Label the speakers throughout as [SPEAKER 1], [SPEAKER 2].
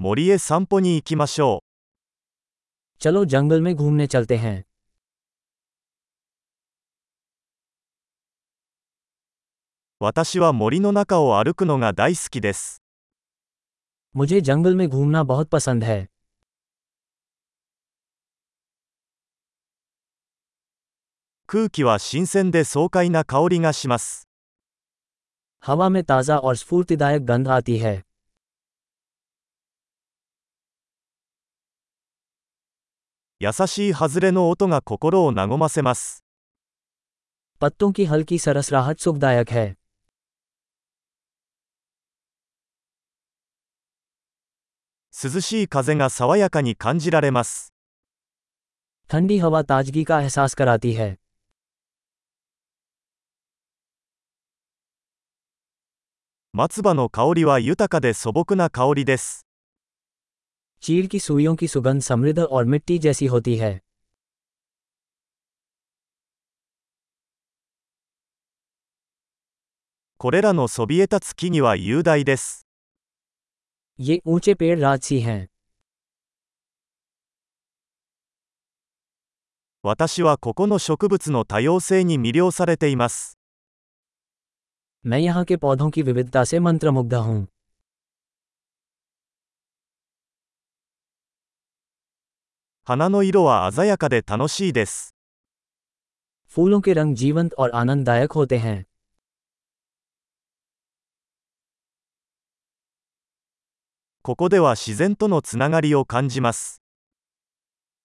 [SPEAKER 1] 森へ散歩に行きましょ
[SPEAKER 2] चलो जंगल में घूमने चलते हैं
[SPEAKER 1] う。私は森の中を歩くのが大好きです。
[SPEAKER 2] मुझे जंगल में घूमना बहुत पसंद है
[SPEAKER 1] 空気は新鮮で爽快な香りがします。
[SPEAKER 2] हवा में ताज़ा और स्फूर्तिदायक गंध आती है
[SPEAKER 1] 優しい外れの音が心を和ませます。
[SPEAKER 2] पत्तों की हल्की सरसराहट सुखदायक है
[SPEAKER 1] 涼しい風が爽やかに感じられます。
[SPEAKER 2] ठंडी हवा ताजगी का एहसास कराती है
[SPEAKER 1] 松葉の香りは豊かで素朴な香りです。
[SPEAKER 2] चीड़ की सुइयों की सुगंध समृद्ध और मिट्टी जैसी होती है
[SPEAKER 1] これらのそびえ立つ木々は雄大です。
[SPEAKER 2] ये ऊंचे पेड़ राजसी हैं
[SPEAKER 1] 私はここの植物の多様性に魅了されています。
[SPEAKER 2] मैं यहाँ के पौधों की विविधता से मंत्रमुग्ध हूँ
[SPEAKER 1] 花の色は鮮やかで楽しいです。
[SPEAKER 2] फूलों के रंग जीवंत और आनंददायक होते हैं
[SPEAKER 1] ここでは自然とのつながりを感じます。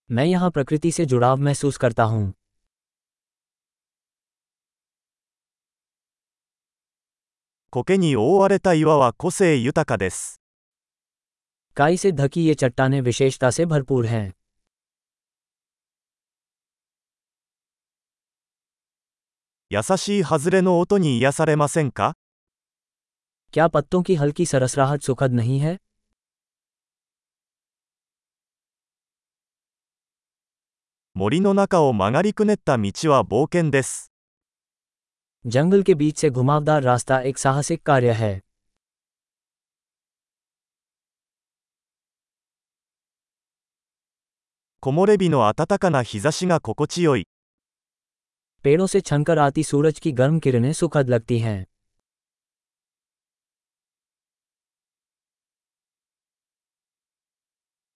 [SPEAKER 2] मैं यहाँ प्रकृति से जुड़ाव महसूस करता हूँ
[SPEAKER 1] 苔に覆われた岩は個性豊かです。
[SPEAKER 2] काई से ढकी ये चट्टाने विशेषता से भरपूर हैं
[SPEAKER 1] 優しい外れの音に癒されませんか
[SPEAKER 2] क्या पत्तों की हल्की सरसराहट सुखद नहीं है
[SPEAKER 1] 森の中を曲がりくねった道は冒険です。
[SPEAKER 2] जंगल के बीच से घुमावदार रास्ता एक साहसिक कार्य है
[SPEAKER 1] 木漏れ日の暖かな日差しが心地よい。
[SPEAKER 2] पेड़ों से छनकर आती सूरज की गर्म किरणें सुखद लगती हैं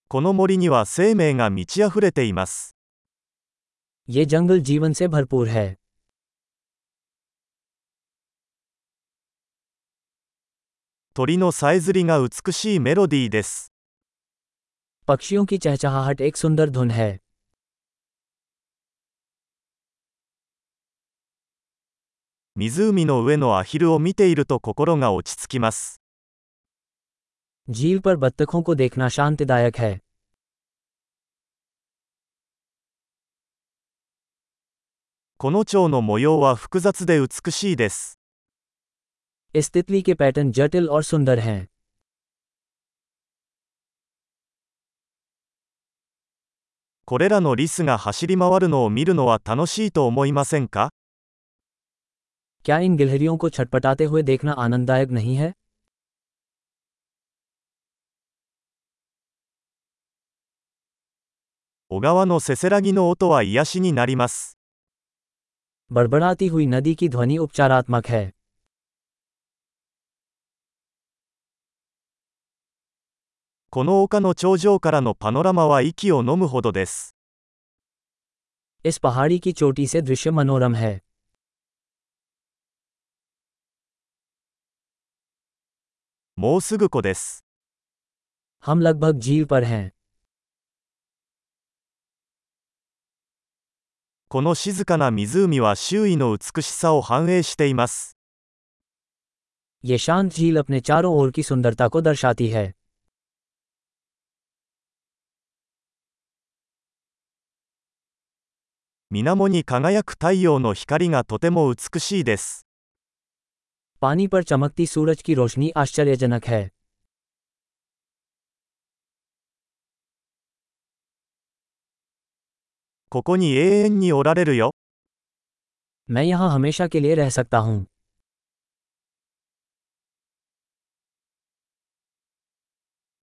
[SPEAKER 1] この森には生命が満ち溢れています。
[SPEAKER 2] ये जंगल जीवन से भरपूर है
[SPEAKER 1] 鳥のさえずりが美しいメロディーです。
[SPEAKER 2] पक्षियों की चहचहाहट एक सुंदर धुन है
[SPEAKER 1] 湖の上のアヒルを見ていると心が落ち着きます。
[SPEAKER 2] झील पर बत्तखों को देखना शांतिदायक है
[SPEAKER 1] この蝶の模様は複雑で美しいです。
[SPEAKER 2] इस तितली के पैटर्न जटिल और सुंदर हैं
[SPEAKER 1] これらのリスが走り回るのを見るのは楽しいと思いませんか
[SPEAKER 2] क्या इन गिलहरियों को छटपटाते हुए देखना आनंददायक नहीं है
[SPEAKER 1] 小川のせせらぎの音は癒しになります。
[SPEAKER 2] बड़बड़ाती हुई नदी की ध्वनि उपचारात्मक है
[SPEAKER 1] この丘の頂上からのパノラマは息を飲むほどです。
[SPEAKER 2] इस पहाड़ी की चोटी से दृश्य मनोरम है
[SPEAKER 1] もうすぐ湖です。
[SPEAKER 2] हम लगभग झील पर हैं
[SPEAKER 1] この静かな湖は周囲の美しさを反映しています。
[SPEAKER 2] ये शांत झील अपने चारों ओर की सुंदरता को दर्शाती है
[SPEAKER 1] 水面に輝く太陽の光がとても美しいです。
[SPEAKER 2] पानी पर चमकती सूरज की रोशनी आश्चर्यजनक है
[SPEAKER 1] ここに永遠におられるよ。
[SPEAKER 2] मैं यहाँ हमेशा के लिए रह सकता हूँ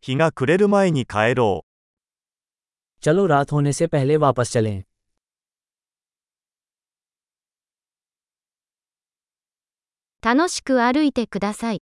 [SPEAKER 1] 一日が暮れる前に帰ろう。
[SPEAKER 2] चलो रात होने से पहले वापस चलें
[SPEAKER 3] 楽しく歩いてください。